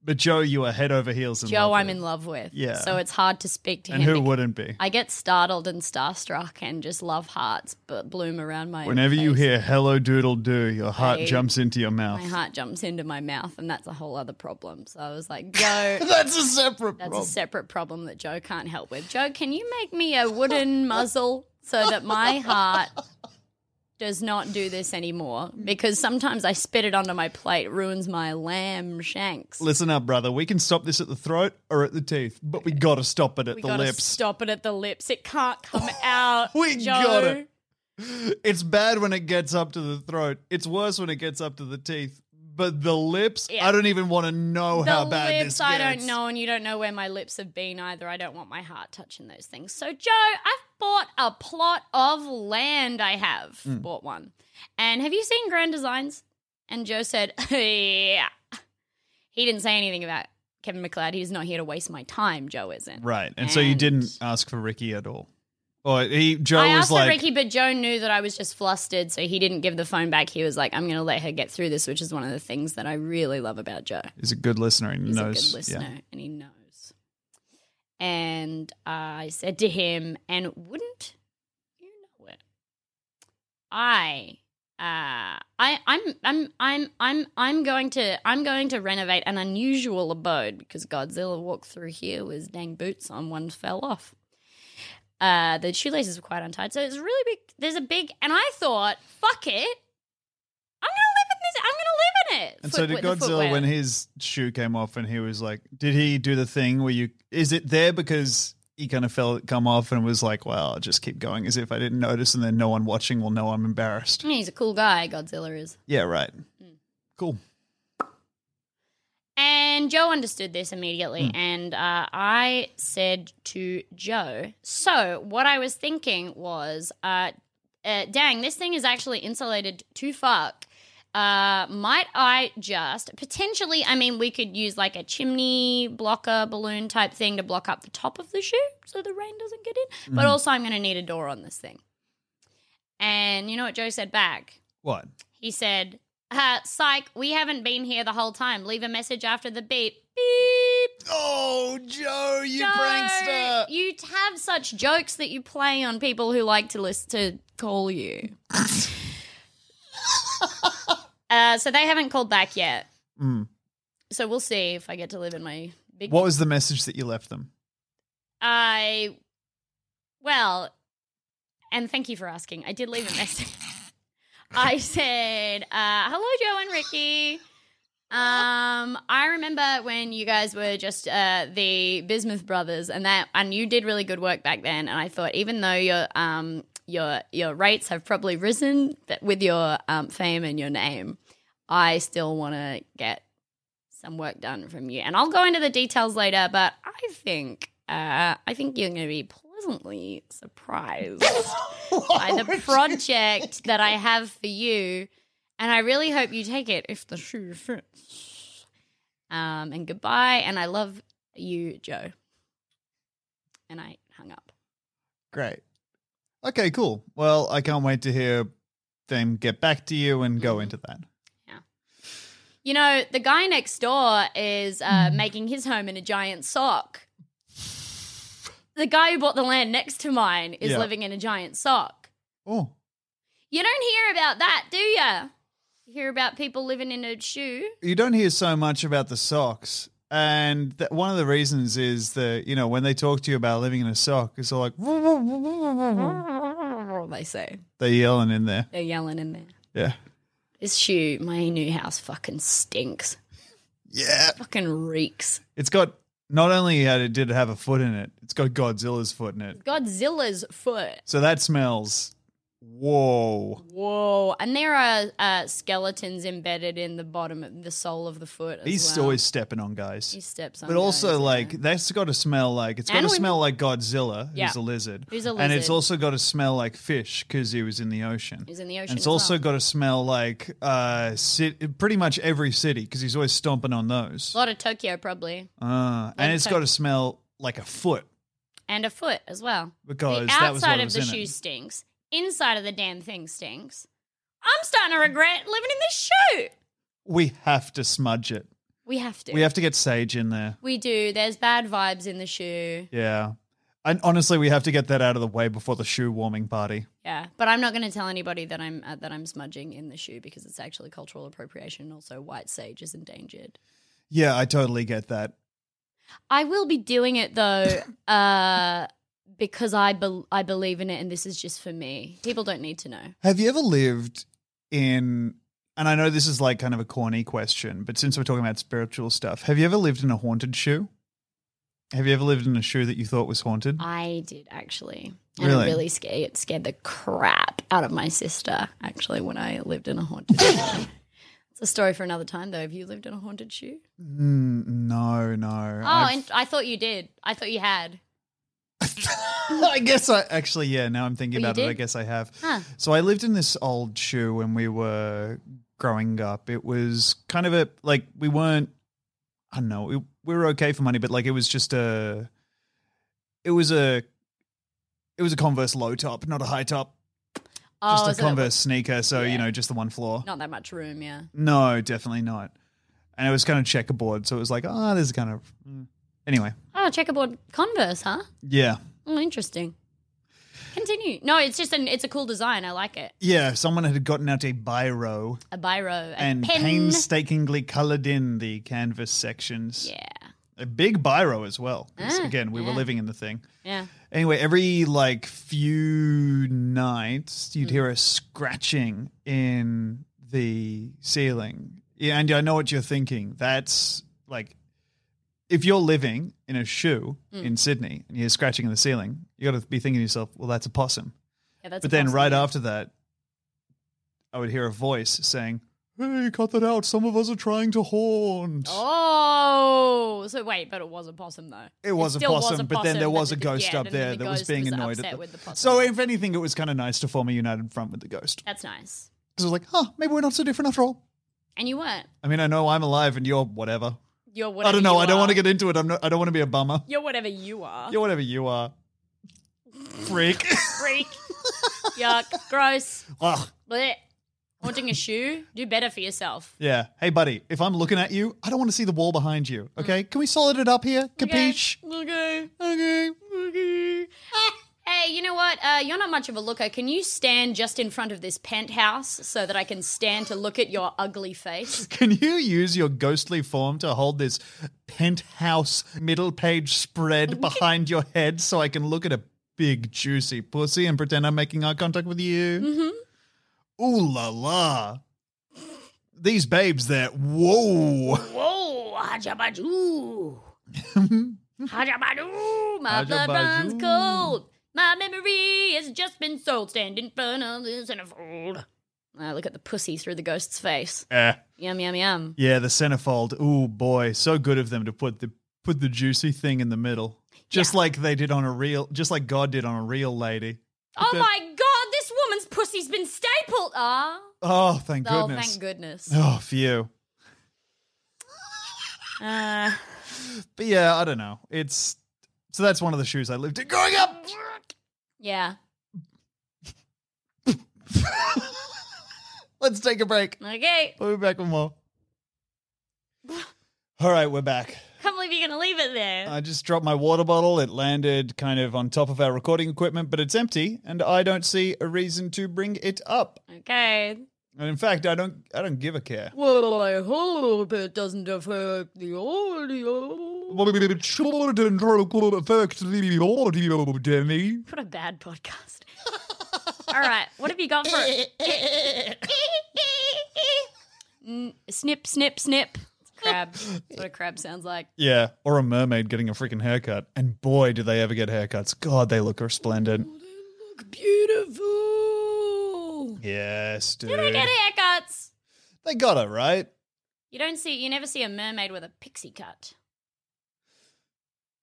but Joe, you are head over heels in love Joe, I'm with. in love with. Yeah. So it's hard to speak to And him. who because wouldn't be? I get startled and starstruck and just love hearts but bloom around my Whenever you face. hear "Hello, Doodle Do," your heart I- jumps into your mouth. my heart jumps into my mouth, and that's a whole other problem. So I was <laughs> like, Joe, <laughs> That's a separate That's problem. a separate problem that Joe can't help with. Joe, can you make me <laughs> a wooden muzzle so that my heart does not do this anymore? Mm. Because sometimes I spit it onto my plate, ruins my lamb shanks. Listen up, brother. We can stop this at the throat or at the teeth, but we gotta stop it at we the gotta lips. stop it at the lips. It <laughs> can't come out. We Joe. gotta. <gasps> It's bad when it gets up to the throat. It's worse when it gets up to the teeth. But the lips, Yeah. I don't even want to know the <laughs> how bad lips this I gets. don't know, and you don't know where my lips have been either. I don't want my heart touching those things. So, Joe, I've bought a plot of land. I have Hmm. bought one. And have you seen Grand Designs? And Joe said, <laughs> Yeah. He didn't say anything about Kevin McLeod. He's not here to waste my time, Joe isn't. Right, and, so you And- didn't ask for Ricky at all. Or he Joe I was asked like, for Ricky, but Joe knew that I was just flustered, so he didn't give the phone back. He was like, I'm going to let her get through this, which is one of the things that I really love about Joe. "He's a good listener. He He's knows." a good listener and he knows. And I said to him, and wouldn't you know it? I uh I I'm I'm I'm I'm I'm going to I'm going to renovate an unusual abode because Godzilla walked through here with his dang boots on, one fell off. Uh the shoelaces were quite untied. So it's really big there's a big and I thought, fuck it. I'm gonna live in this I'm gonna live in it. And Footwe- the so did Godzilla footwear. when his shoe came off, and he was like, "Did he do the thing where you? Is it there because he kind of felt it come off and was like, well, I'll just keep going as if I didn't notice, and then no one watching will know I'm embarrassed.' I mean, he's a cool guy, Godzilla is. Yeah, right. Mm. Cool. And Joe understood this immediately. And uh, I said to Joe, So, what I was thinking was, uh, uh, dang, this thing is actually insulated too fuck. Uh, might I just potentially? I mean, we could use like a chimney blocker balloon type thing to block up the top of the shoe so the rain doesn't get in. Mm. Hmm. But also, I'm going to need a door on this thing. And you know what Joe said back? What? He said, uh, Psych, we haven't been here the whole time. Leave a message after the beep. Beep. Oh, Joe, you Joe, prankster! You have such jokes that you play on people who like to listen to <laughs> call you. uh, so they haven't called back yet. Mm. So we'll see if I get to live in my big. What was the message that you left them? I. Well, and thank you for asking. I did leave a message. I said, uh, "Hello, Joe and Ricky. Um, I remember when you guys were just uh, the Bismuth brothers, and that, and you did really good work back then. And I thought, even though your um your your rates have probably risen but with your um, fame and your name, I still want to get some work done from you. And I'll go into the details later, but I think uh, I think you're going to be pleasantly surprised by the project that I have for you. And I really hope you take it if the shoe fits. Um, and goodbye. And I love you, Joe. And I hung up. Great. Okay, cool. Well, I can't wait to hear them get back to you and Mm-hmm. go into that. You know, the guy Hmm. next door is uh, making his home in a giant sock. the guy who bought the land next to mine is Yeah. living in a giant sock. Oh, You don't hear about that, do ya? You hear about people living in a shoe. you don't hear so much about the socks. And th- one of the reasons is that, you know, when they talk to you about living in a sock, it's all like, They say they're yelling in there. they're yelling in there. Yeah. This shoe, my new house, fucking stinks. Yeah. Fucking reeks. It's got, not only had it, did it have a foot in it, it's got Godzilla's foot in it. Godzilla's foot. So that smells, whoa. Whoa! And there are uh, skeletons embedded in the bottom of the sole of the foot. As He's well. always stepping on guys. he steps on. But also, those, yeah. like, that's got to smell like it's got And to women. smell like Godzilla, who's Yeah. a lizard, Who's a and it's lizard. also got to smell like fish because he was in the ocean. He's in the And ocean it's as also well. got to smell like uh, cit- pretty much every city because he's always stomping on those. a lot of Tokyo probably, Uh, and it's of got to smell like a foot and a foot as well. because the that was outside what of was the in shoe it. stinks. Inside of the damn thing stinks. I'm starting to regret living in this shoe. We have to smudge it. We have to. We have to get sage in there. We do. There's bad vibes in the shoe. Yeah, and honestly, we have to get that out of the way before the shoe warming party. Yeah, but I'm not going to tell anybody that I'm uh, that I'm smudging in the shoe because it's actually cultural appropriation. and Also, white sage is endangered. Yeah, I totally get that. I will be doing it though, <laughs> uh, because I bel I believe in it, and this is just for me. People don't need to know. Have you ever lived in, and I know this is like kind of a corny question, but since we're talking about spiritual stuff, have you ever lived in a haunted shoe? Have you ever lived in a shoe that you thought was haunted? I did actually, and Really? it really scared it scared the crap out of my sister. Actually, when I lived in a <laughs> haunted shoe. It's a story for another time, though. Have you lived in a haunted shoe? Mm, no, no. Oh, I've- and I thought you did. I thought you had. <laughs> I guess I actually, yeah, now I'm thinking Oh, you about it, I did? guess I have. Huh. So I lived in this old shoe when we were growing up. It was kind of a, like, we weren't, I don't know, it, we were okay for money, but like it was just a, it was a, it was a Converse low top, not a high top. Oh, just so a it Converse was sneaker, so you Yeah. know, just the one floor. Not that much room, yeah. No, definitely not. And it was kind of checkerboard, so it was like, ah, oh, there's kind of. mm. Anyway, Oh, checkerboard Converse, huh? yeah, Oh, interesting. Continue. No, it's just an it's a cool design. I like it. yeah. Someone had gotten out a biro A biro, a and pen. painstakingly coloured in the canvas sections. yeah, A big biro as well. 'cause, Ah, again, we were yeah. living in the thing. yeah. Anyway, every like few nights, you'd hear a scratching in the ceiling. Yeah, and I know what you're thinking. That's like if you're living in a shoe Mm. in Sydney and you're scratching in the ceiling, you got to be thinking to yourself, "Well, that's a possum." yeah that's but a then, possible. right after that, I would hear a voice saying, "Hey, cut that out! Some of us are trying to haunt." Oh, so wait, but it was a possum though. It was a still possum, but then there but was a the- ghost yeah, up then the there that was ghost being annoyed upset at with the. the possum. So, if anything, it was kind of nice to form a united front with the ghost. that's nice. Because I was like, huh, maybe we're not so different after all. And you weren't. I mean, I know I'm alive and you're whatever. You're whatever. I don't know. you I don't are. Uh. want to get into it. I'm not, I don't want to be a bummer. You're whatever you are. You're whatever you are. <laughs> Freak. <laughs> freak. Yuck. Gross. Ugh. Blech. Haunting a shoe. Do better for yourself. Yeah. Hey, buddy, if I'm looking at you, I don't want to see the wall behind you. Okay? Can we solid it up here? Capiche? Mm. Okay. Okay. Okay. Hey, you know what? Uh, you're not much of a looker. Can you stand just in front of this penthouse so that I can stand to look at your ugly face? Can you use your ghostly form to hold this penthouse middle page spread behind your head so I can look at a big juicy pussy and pretend I'm making eye contact with you? Mm-hmm. Ooh la la. These babes there, whoa. Whoa, <laughs> hajabaju. hajabaju, my blood runs Hajabaju. cold. My memory has just been sold. Stand in front of the centerfold. I look at the pussy through the ghost's face. Eh. Yum, yum, yum. Yeah, the centerfold. Ooh boy, so good of them to put the put the juicy thing in the middle. Just like they did on a real just like God did on a real lady. Oh that- my god, this woman's pussy's been stapled. Ah. Oh, thank Oh, goodness. thank goodness. <laughs> Oh, phew. Uh, But yeah, I don't know. It's so that's one of the shoes I lived in growing up. <laughs> yeah. Let's take a break. Okay. <laughs> We'll be back with more. All right, we're back. can't believe you're going to leave it there. I just dropped my water bottle. It landed kind of on top of our recording equipment, but it's empty, and I don't see a reason to bring it up. okay. And in fact, I don't. I don't give a care. <laughs> Well, I hope it doesn't affect the audio. What a bad podcast. All right, what have you got <laughs> for N- snip, snip, snip? It's a crab. That's what a crab sounds like. Yeah, or a mermaid getting a freaking haircut. And boy, do they ever get haircuts. God, they look resplendent. Beautiful. Yes, dude. Do they get haircuts? They got it, right? You don't see. You never see a mermaid with a pixie cut.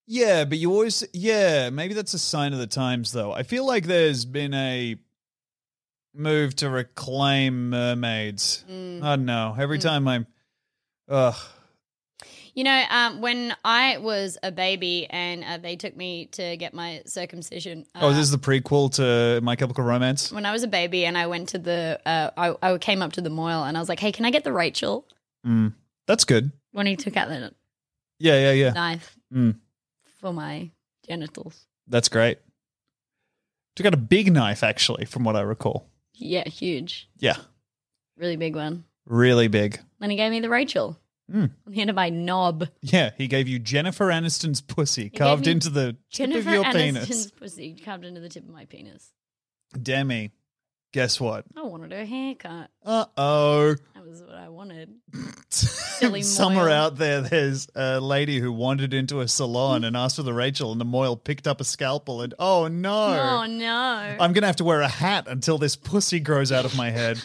Yeah, but you always, yeah, maybe that's a sign of the times, though. I feel like there's been a move to reclaim mermaids. I don't know. Every time I'm, ugh, You know, um, when I was a baby and uh, they took me to get my circumcision. Uh, Mm. oh, this is the prequel to My Chemical Romance. when I was a baby and I went to the, uh, I, I came up to the Moyle and I was like, hey, can I get the Rachel? Mm, that's good. When he took out the Yeah, yeah, yeah. knife Mm, for my genitals. that's great. Took out a big knife, actually, from what I recall. Yeah, huge. Yeah, Really big one. really big. Then he gave me the Rachel Mm. on the end of my knob. Yeah, he gave you Jennifer Aniston's pussy gave carved me into the tip Jennifer of your Aniston's penis. pussy carved into the tip of my penis. Demi, guess what? I wanted a haircut. Uh oh. That was what I wanted. <laughs> Silly Somewhere Moyle. out there, there's a lady who wandered into a salon and asked for the Rachel, and the Moyle picked up a scalpel and oh Oh, no. no. <laughs> I'm going to have to wear a hat until this pussy grows out of my head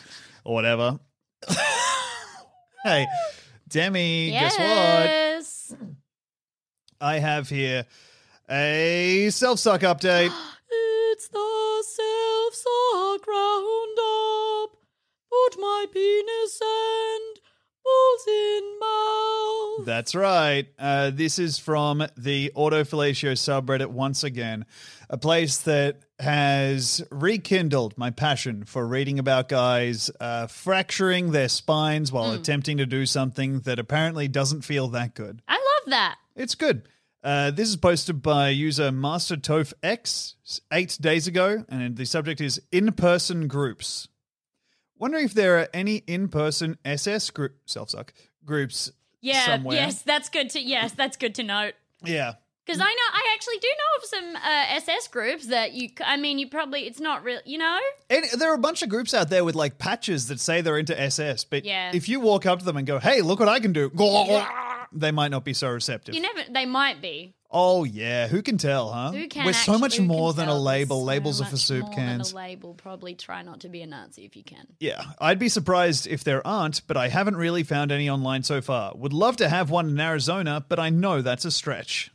or whatever. hey, Demi, guess what? yes. I have here a self suck update. <gasps> It's the self suck roundup. Put my penis and balls in mouth. That's right. Uh, this is from the Auto Fellatio subreddit once again, a place that has rekindled my passion for reading about guys uh, fracturing their spines while attempting to do something that apparently doesn't feel that good. I love that. It's good. Uh, this is posted by user MasterToFX eight days ago, and the subject is in person groups. Wondering if there are any in person SS group self suck groups. Yeah. somewhere. Yes, that's good to yes, that's good to note. Yeah. Because I know, I actually do know of some uh, SS groups that you. c- I mean, you probably it's not real, you know. And there are a bunch of groups out there with like patches that say they're into SS, but Yeah. if you walk up to them and go, "Hey, look what I can do," <laughs> they might not be so receptive. You never. They might be. oh yeah, who can tell, huh? Who can? Oh. We're so actu- much who can more than a tell? label. So Labels are for much soup more cans. Than a label. Probably try not to be a Nazi if you can. yeah, I'd be surprised if there aren't, but I haven't really found any online so far. Would love to have one in Arizona, but I know that's a stretch.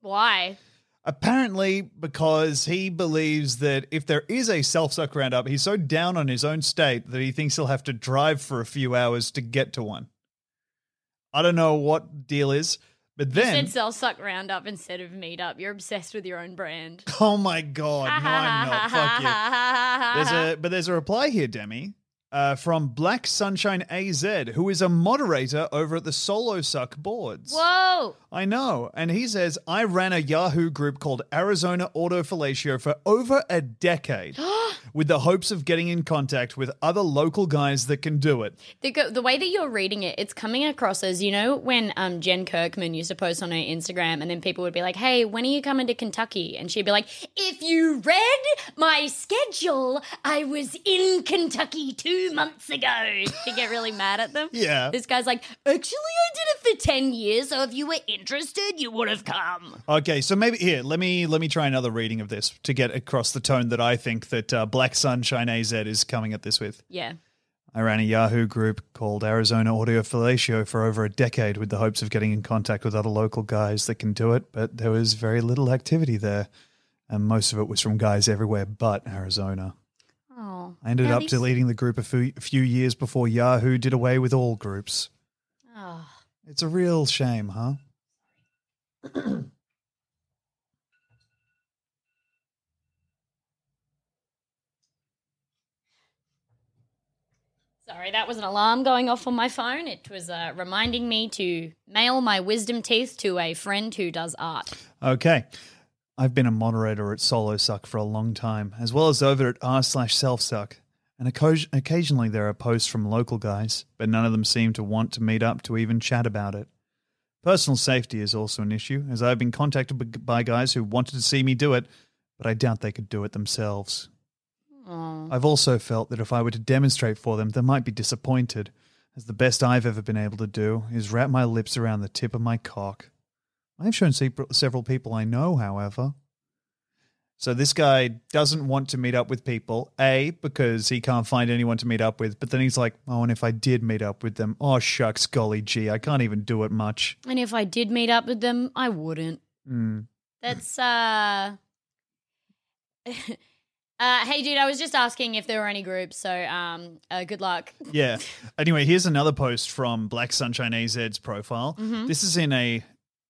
Why? Apparently, because he believes that if there is a self suck roundup, he's so down on his own state that he thinks he'll have to drive for a few hours to get to one. I don't know what deal is, but You then. said self suck roundup instead of meetup. You're obsessed with your own brand. <laughs> oh my God. No, I'm not. Fuck you. There's Uh-huh. a but there's a reply here, Demi, uh, from Black Sunshine AZ, who is a moderator over at the Solo Suck boards. Whoa! I know. And he says, I ran a Yahoo group called Arizona Auto Fellatio for over a decade with the hopes of getting in contact with other local guys that can do it. The, go- the way that you're reading it, it's coming across as you know when um, Jen Kirkman used to post on her Instagram, and then people would be like, "Hey, when are you coming to Kentucky?" And she'd be like, "If you read my schedule, I was in Kentucky two months ago." <laughs> She'd get really mad at them. Yeah. This guy's like, "Actually, I did it for ten years. So if you were interested, you would have come." Okay, so maybe here, let me let me try another reading of this to get across the tone that I think that uh, Black Sunshine AZ is coming at this with. Yeah. I ran a Yahoo group called Arizona Audio Fellatio for over a decade with the hopes of getting in contact with other local guys that can do it, but there was very little activity there, and most of it was from guys everywhere but Arizona. Oh. I ended Now up these- deleting the group a few, a few years before Yahoo did away with all groups. Oh. It's a real shame, huh? Sorry, Sorry, that was an alarm going off on my phone. It was uh, reminding me to mail my wisdom teeth to a friend who does art. Okay. I've been a moderator at Solo Suck for a long time, as well as over at r slash self suck. And occa- occasionally there are posts from local guys, but none of them seem to want to meet up to even chat about it. Personal safety is also an issue, as I've been contacted b- by guys who wanted to see me do it, but I doubt they could do it themselves. Oh. I've also felt that if I were to demonstrate for them, they might be disappointed, as the best I've ever been able to do is wrap my lips around the tip of my cock. I have shown se- several people I know, however. So this guy doesn't want to meet up with people, A, because he can't find anyone to meet up with, but then he's like, oh, and if I did meet up with them, oh, shucks, golly gee, I can't even do it much. And if I did meet up with them, I wouldn't. Mm. That's uh <laughs> Uh, hey dude, I was just asking if there were any groups, so um, uh, good luck. Yeah. Anyway, here's another post from Black Sunshine AZ's profile. This is in a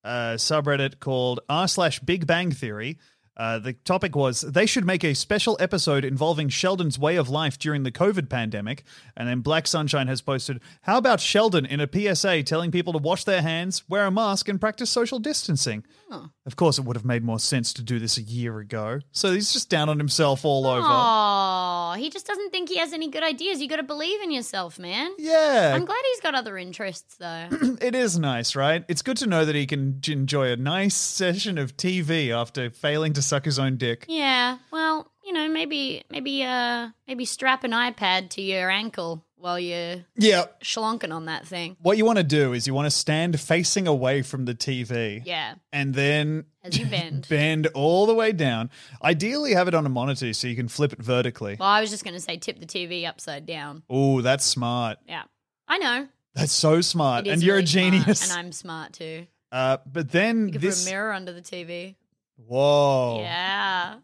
uh, subreddit called r slash Big Bang Theory. Uh, the topic was they should make a special episode involving Sheldon's way of life during the COVID pandemic. And then Black Sunshine has posted, How about Sheldon in a PSA telling people to wash their hands, wear a mask, and practice social distancing? Of course, it would have made more sense to do this a year ago. So he's just down on himself all over. Oh, he just doesn't think he has any good ideas. You got to believe in yourself, man. Yeah. I'm glad he's got other interests though. It is nice, right? It's good to know that he can j- enjoy a nice session of TV after failing to suck his own dick. yeah. Well, you know, maybe maybe uh maybe strap an iPad to your ankle while you're Yeah. schlonking on that thing. What you want to do is you want to stand facing away from the TV Yeah. and then As you bend. <laughs> bend all the way down. Ideally, have it on a monitor so you can flip it vertically. Well, I was just going to say tip the TV upside down. Oh, that's smart. Yeah. I know. That's so smart. It is Uh, And you're really a smart, genius. and I'm smart too. Uh, but then You could this. Oh. put a mirror under the TV. Whoa. Yeah.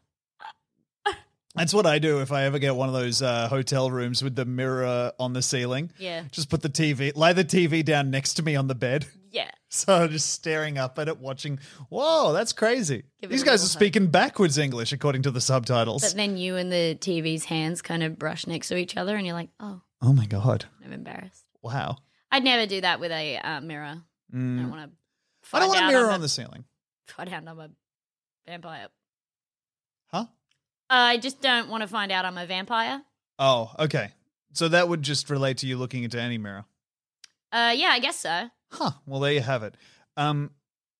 That's what I do if I ever get one of those uh, hotel rooms with the mirror on the ceiling. Yeah. Just put the TV, lay the TV down next to me on the bed. <laughs> Yeah. So I'm just staring up at it, watching. Whoa, that's crazy. Give it These a guys little are hug. speaking backwards English according to the But subtitles. then you and the TV's hands kind of brush next to each other, and you're like, oh, Oh my God. I'm embarrassed. Wow. I'd never do that with a uh, mirror. I don't Mm. want to. I don't want a mirror on the ceiling. Find out I'm a vampire. Huh? I just don't want to find out I'm a vampire. Oh, okay. So that would just relate to you looking into any mirror. Uh, yeah, I guess so. Huh. Well, there you have it. Um,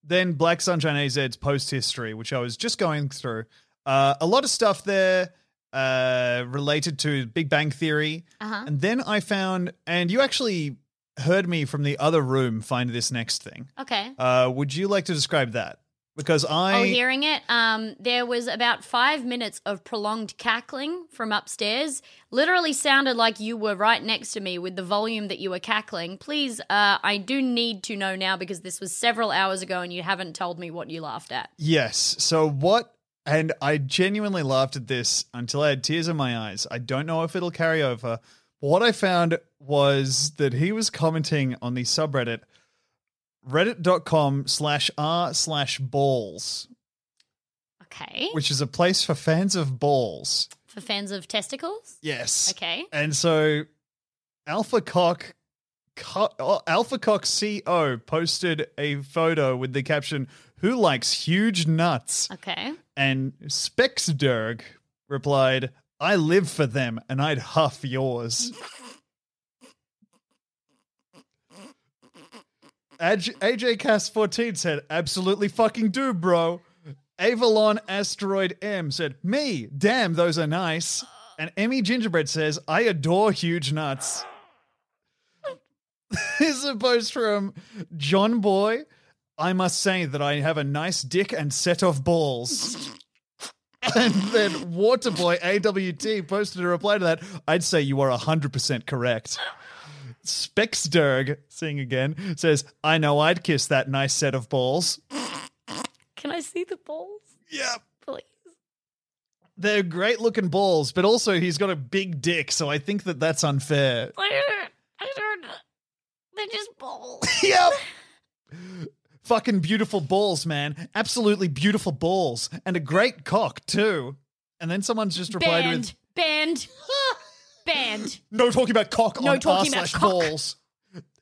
then Black Sunshine AZ's post history, which I was just going through. Uh, a lot of stuff there uh, related to Big Bang Theory. Uh huh. And then I found, and you actually heard me from the other room find this next thing. Okay. Uh, would you like to describe that? Because I. Oh, hearing it. Um, there was about five minutes of prolonged cackling from upstairs. Literally sounded like you were right next to me with the volume that you were cackling. Please, uh, I do need to know now because this was several hours ago and you haven't told me what you laughed at. Yes. So what? And I genuinely laughed at this until I had tears in my eyes. I don't know if it'll carry over. But what I found was that he was commenting on the subreddit reddit.com slash r slash balls, Okay. which is a place for fans of balls. For fans of testicles. Yes. Okay. And so Alpha Cock Co- oh, Alpha Cock CO posted a photo with the caption who likes huge nuts Okay. and Spexderg replied I live for them and I'd huff yours. AJ, AJ Cast 14 said absolutely fucking do bro. Avalon Asteroid M said, Me, damn, those are nice. And Emmy Gingerbread says, I adore huge nuts. <laughs> This is a post from John Boy. I must say that I have a nice dick and set of balls. and then Waterboy AWT posted a reply to that. I'd say you are 100% correct. Spexderg, seeing again, says, I know I'd kiss that nice set of balls. Can I see the balls, <laughs> Yep. please? They're great looking balls, but also he's got a big dick, so I think that that's unfair. <laughs> I don't. I don't. They're just balls. yep. Fucking beautiful balls, man. Absolutely beautiful balls. And a great cock, too. And then someone's just replied Banned. Banned. <laughs> Banned. No talking about cock No on talking r about slash cock. balls.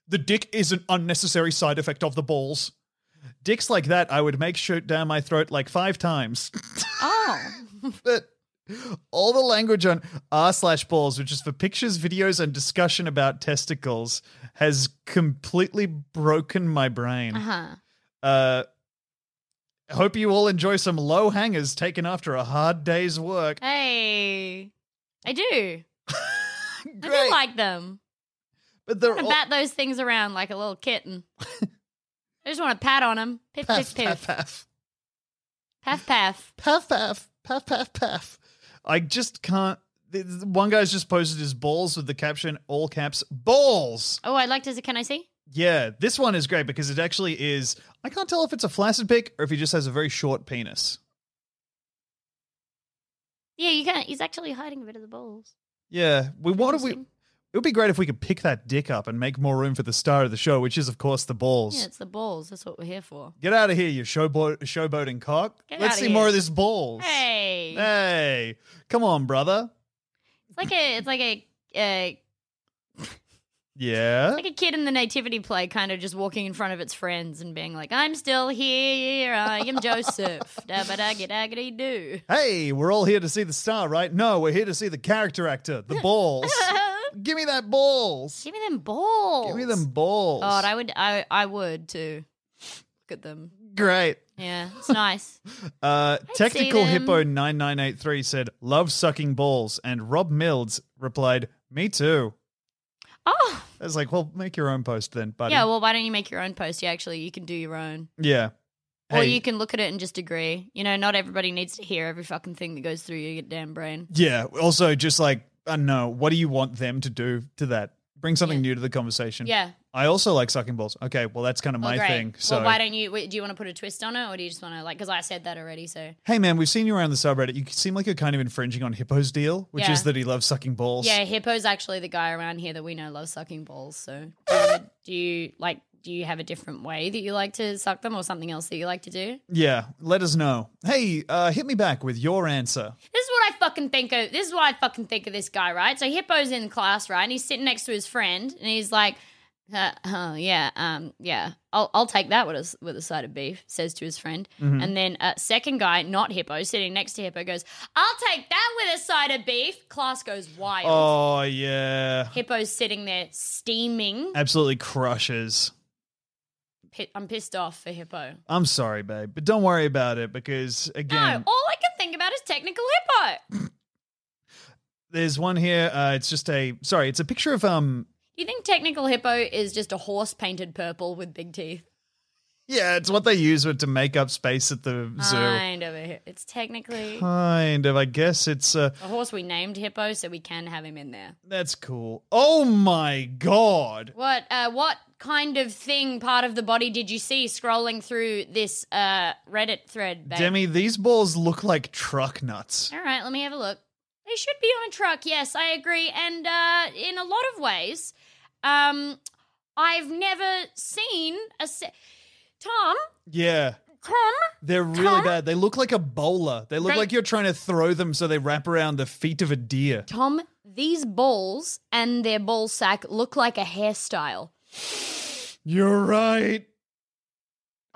The dick is an unnecessary side effect of the balls. Dicks like that, I would make shoot down my throat like five times. Oh. <laughs> but all the language on r slash balls, which is for pictures, videos, and discussion about testicles, has completely broken my brain. Uh huh. Uh, hope you all enjoy some low hangers taken after a hard day's work. Hey. I do. I Great. do like them. but they're I all- want to bat those things around like a <laughs> little kitten. I just want to pat on them. Piff, paff, piff, paff, piff. paff. Paff, paff. Paff, paff, paff, paff, paff. I just can't. th- th- One guy's just posted his balls with the caption, all caps, balls. Oh, I liked his. Can I see? Yeah, this one is great because it actually is. I can't tell if it's a flaccid pic or if he just has a very short penis. Yeah, you can. He's actually hiding a bit of the balls. Yeah, we want to. We, Interesting. it would be great if we could pick that dick up and make more room for the star of the show, which is, of course, the balls. Yeah, it's the balls. That's what we're here for. Get out of here, you showboat, showboating cock. Get Let's outta see here. more of this balls. Eh. Hey, Hey, come on, brother. it's like a, it's like a, uh, Yeah. like a kid in the nativity play, kind of just walking in front of its friends and being like, "I'm still here. I <laughs> am Joseph." Da ba da giddy do. Hey, we're all here to see the star, right? No, we're here to see the character actor, <laughs> the balls. Give me that balls. Give me them balls. Give me them balls. God, I would, I, I would too. Look at them. Great. Yeah, it's nice. <laughs> Uh, technical see them. hippo nine nine eight three said, "Love sucking balls," and Rob Mills replied, "Me too." oh, I was like, "Well, make your own post then, buddy." yeah. Well, why don't you make your own post? Yeah, actually, you can do your own. yeah. Or Hey, you can look at it and just agree. You know, not everybody needs to hear every fucking thing that goes through your damn brain. yeah. Also, just like I don't know, what do you want them to do to that? Bring something Yeah. new to the conversation. Yeah. I also like sucking balls. Okay, well, that's kind of my well, great. thing. So, well, why don't you? Wait, do you want to put a twist on it, or do you just want to like? Because I said that already. So hey, man, we've seen you around the subreddit. You seem like you're kind of infringing on Hippo's deal, which Yeah. is that he loves sucking balls. yeah, Hippo's actually the guy around here that we know loves sucking balls. So do you wanna- do you like? Do you have a different way that you like to suck them, or something else that you like to do? Yeah, let us know. Hey, uh, hit me back with your answer. This is what I fucking think of. This is what I fucking think of this guy, right? So Hippo's in class, right? And he's sitting next to his friend, and he's like, uh, "Oh yeah, um, yeah, I'll I'll take that with a with a side of beef," says to his friend. Hmm. Mm-hmm. And then uh, second guy, not Hippo, sitting next to Hippo, goes, "I'll take that with a side of beef." Class goes wild. Oh, yeah. Hippo's sitting there steaming. absolutely crushes. Pi- I'm pissed off for Hippo. I'm sorry, babe, but don't worry about it because again, No, all I can think about is technical Hippo. there's one here. Uh, it's just a sorry. It's a picture of um. You think technical Hippo is just a horse painted purple with big teeth? Yeah, it's what they use to make up space at the zoo. Kind of. A, it's technically Kind of. I guess it's uh. a horse we named Hippo, so we can have him in there. That's cool. Oh my god. What? Uh, what kind of thing, part of the body, did you see scrolling through this uh, Reddit thread? Babe? Demi, these balls look like truck nuts. All right, let me have a look. They should be on a truck. Yes, I agree. And uh, in a lot of ways, um, I've never seen a se- Tom. Yeah. Tom. They're really bad. They look like a bowler. They look They- like you're trying to throw them so they wrap around the feet of a deer. Tom, these balls and their ball sack look like a hairstyle. You're right.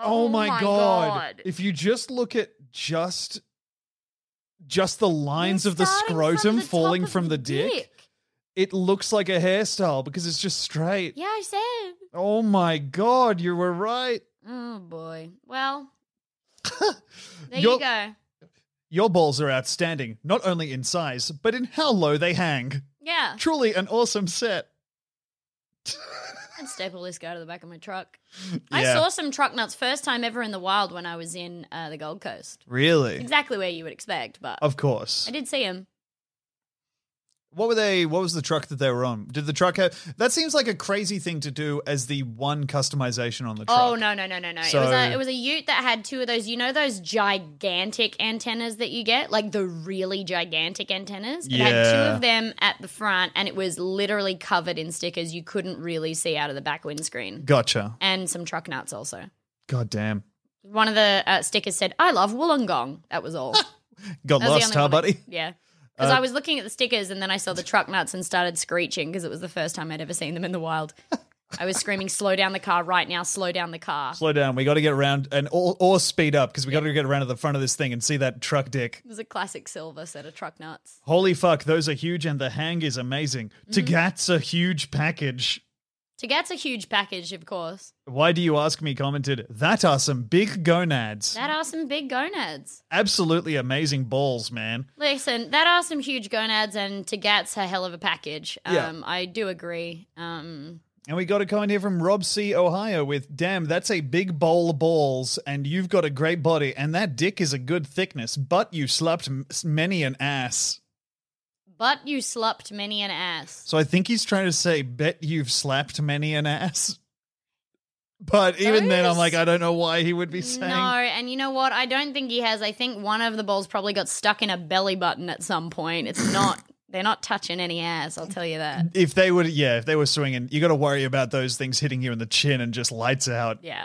Oh, Oh my, my god. God. If you just look at just just the lines You're of the starting from scrotum the top falling of from the the dick, dick. it looks like a hairstyle because it's just straight. Yeah, I said. Oh my god, you were right. Oh boy. <laughs> Well, there Your- you go. Your balls are outstanding, not only in size, but in how low they hang. Yeah. Truly an awesome set. I'd staple this guy to the back of my truck. I Yeah. saw some truck nuts first time ever in the wild when I was in uh, the Gold Coast. Really? Exactly where you would expect, but Of course. I did see him. What were they? What was the truck that they were on? Did the truck have? That seems like a crazy thing to do as the one customization on the truck. Oh no no no no no! it was So- a it was a Ute that had two of those. You know those gigantic antennas that you get, like the really gigantic antennas. It had Yeah. two of them at the front, and it was literally covered in stickers. You couldn't really see out of the back windscreen, Gotcha. and some truck nuts also. God damn. One of the uh, stickers said, "I love Wollongong." That was all. <laughs> Got That was the lost, only huh, one I- buddy? Uh, Yeah. Because I was looking at the stickers and then I saw the truck nuts and started screeching because it was the first time I'd ever seen them in the wild. I was screaming, slow down the car right now, slow down the car. Slow down. We got to get around and or, or speed up because we got to get around to the front of this thing and see that truck dick. It was a classic silver set of truck nuts. Holy fuck, those are huge and the hang is amazing. Mm-hmm. Tagat's a huge package. To get's a huge package, of course. Why do you ask me? Commented, that are some big gonads. That are some big gonads. Absolutely amazing balls, man. Listen, that are some huge gonads, and to get's a hell of a package. Um, Yeah. I do agree. Um, And we got a comment here from Rob C. Ohio with, damn, that's a big bowl of balls, and you've got a great body, and that dick is a good thickness, but you slapped m- many an ass. but you slupped many an ass. So I think he's trying to say, bet you've slapped many an ass. <laughs> But even then, I'm Those- like, I don't know why he would be No, saying. and you know what? I don't think he has. I think one of the balls probably got stuck in a belly button at some point. It's not. they're not touching any ass. I'll tell <laughs> you that. If they would, yeah, if they were swinging, you got to worry about those things hitting you in the chin and just lights out. Yeah.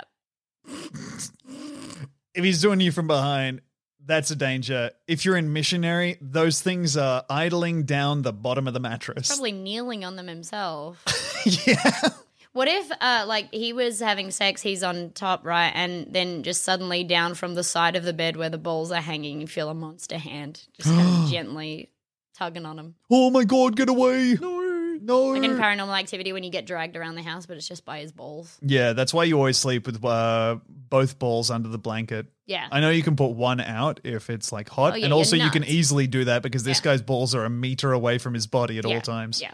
If he's doing you from behind, that's a danger. If you're in missionary, those things are idling down the bottom of the mattress. Probably kneeling on them himself. <laughs> yeah. What if, uh, like, he was having sex, he's on top right, and then just suddenly down from the side of the bed where the balls are hanging, you feel a monster hand just kind of gently tugging on him. Oh my god, get away! No, no. Like in paranormal activity when you get dragged around the house, but it's just by his balls. yeah, that's why you always sleep with uh, both balls under the blanket. Yeah. I know you can put one out if it's like hot, Oh, yeah, and also you're you can nuts. easily do that because this Yeah. guy's balls are a meter away from his body at Yeah. all times. Yeah.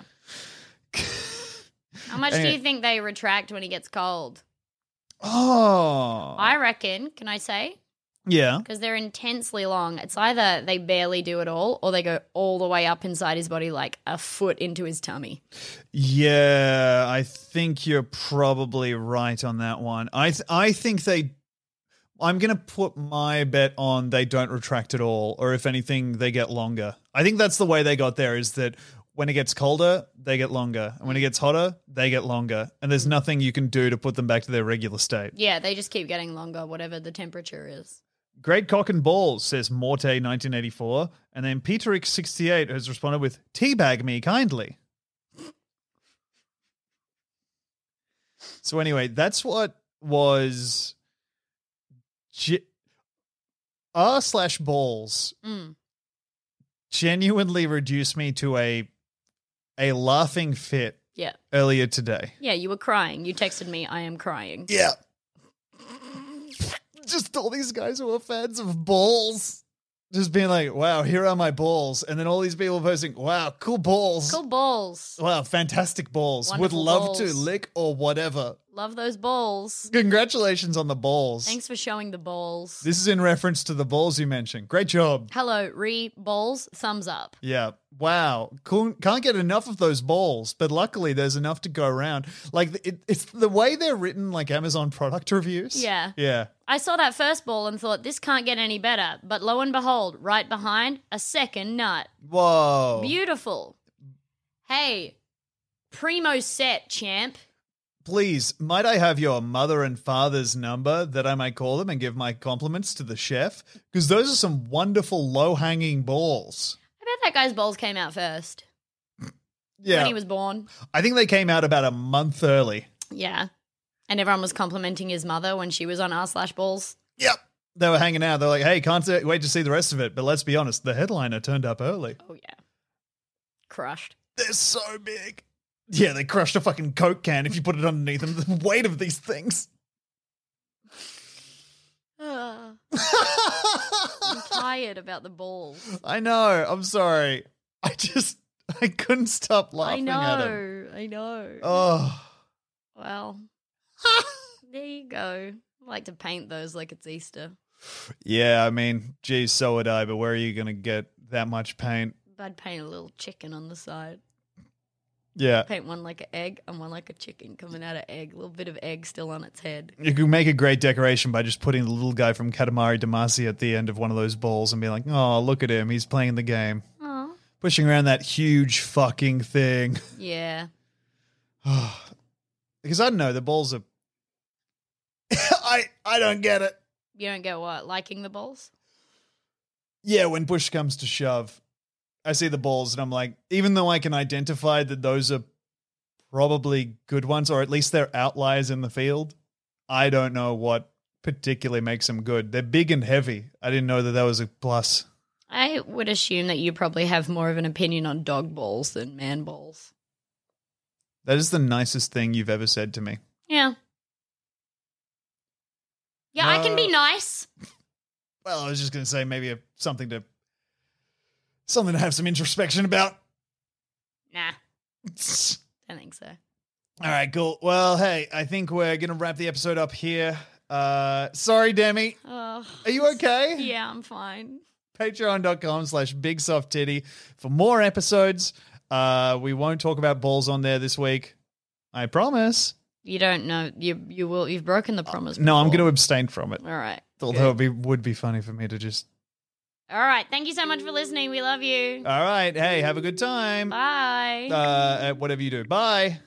How much do Anyway. you think they retract when he gets cold? Oh, I reckon, can I say? yeah. Because they're intensely long. It's either they barely do it all or they go all the way up inside his body, like a foot into his tummy. Yeah, I think you're probably right on that one. I th- I think they I'm going to put my bet on they don't retract at all or if anything they get longer. I think that's the way they got there is that when it gets colder, they get longer. And when it gets hotter, they get longer. And there's nothing you can do to put them back to their regular state. Yeah, they just keep getting longer, whatever the temperature is. Great cock and balls, says Morte 1984. And then Peterix68 has responded with teabag me kindly. So anyway, that's what was ge- R slash balls Mm. genuinely reduced me to a a laughing fit Yeah. earlier today. Yeah, you were crying. You texted me, I am crying. Yeah. Just all these guys who are fans of balls. Just being like, wow, here are my balls. And then all these people posting, wow, cool balls. Cool balls. Wow, fantastic balls. Wonderful Would love to balls. lick or whatever. Love those balls. Congratulations on the balls. Thanks for showing the balls. This is in reference to the balls you mentioned. Great job. Hello, re balls. Thumbs up. Yeah. Wow. Cool. Can't get enough of those balls, but luckily there's enough to go around. Like it, it's the way they're written, like Amazon product reviews. Yeah. Yeah. I saw that first ball and thought this can't get any better, but lo and behold, right behind a second nut. Whoa. Beautiful. Hey, primo set champ. Please, might I have your mother and father's number that I might call them and give my compliments to the chef? Because those are some wonderful low hanging balls. I bet that guy's balls came out first Yeah. when he was born. I think they came out about a month early. Yeah. And everyone was complimenting his mother when she was on r slash balls. Yep. They were hanging out. They're like, hey, can't se- wait to see the rest of it. But let's be honest, the headliner turned up early. Oh yeah. Crushed. They're so big. Yeah, they crushed a fucking Coke can if you put it underneath them. <laughs> The weight of these things. I'm tired about the balls. <laughs> I know. I'm sorry. I just, I couldn't stop I laughing at him. know. I know. Oh. <laughs> Well, there you go. I like to paint those like it's Easter. Yeah, I mean, geez, so would I, but where are you going to get that much paint? I'd paint a little chicken on the side. Yeah. Paint one like an egg and one like a chicken coming out of egg. A little bit of egg still on its head. You could make a great decoration by just putting the little guy from Katamari Damacy at the end of one of those balls and be like, oh, look at him. He's playing the game. Oh. Pushing around that huge fucking thing. <sighs> Yeah. because I don't know, the balls are. <laughs> I, I don't get it. You don't get what? Liking the balls? Yeah, when push comes to shove. I see the balls and I'm like, even though I can identify that those are probably good ones, or at least they're outliers in the field, I don't know what particularly makes them good. They're big and heavy. I didn't know that that was a plus. I would assume that you probably have more of an opinion on dog balls than man balls. That is the nicest thing you've ever said to me. Yeah. Yeah, I can be No. nice. Well, I was just going to say maybe a, something to something to have some introspection about. Nah, I don't think so. All right, cool. Well, hey, I think we're going to wrap the episode up here. Uh, sorry, Demi. Oh, Are you okay? yeah, I'm fine. patreon.com slash big soft titty for more episodes uh we won't talk about balls on there this week i promise You don't know. You you will. You've broken the promise. no i'm before. going to abstain from it All right. although it be, would be funny for me to just All right. Thank you so much for listening. We love you. Um, all right hey have a good time Bye. uh at whatever you do bye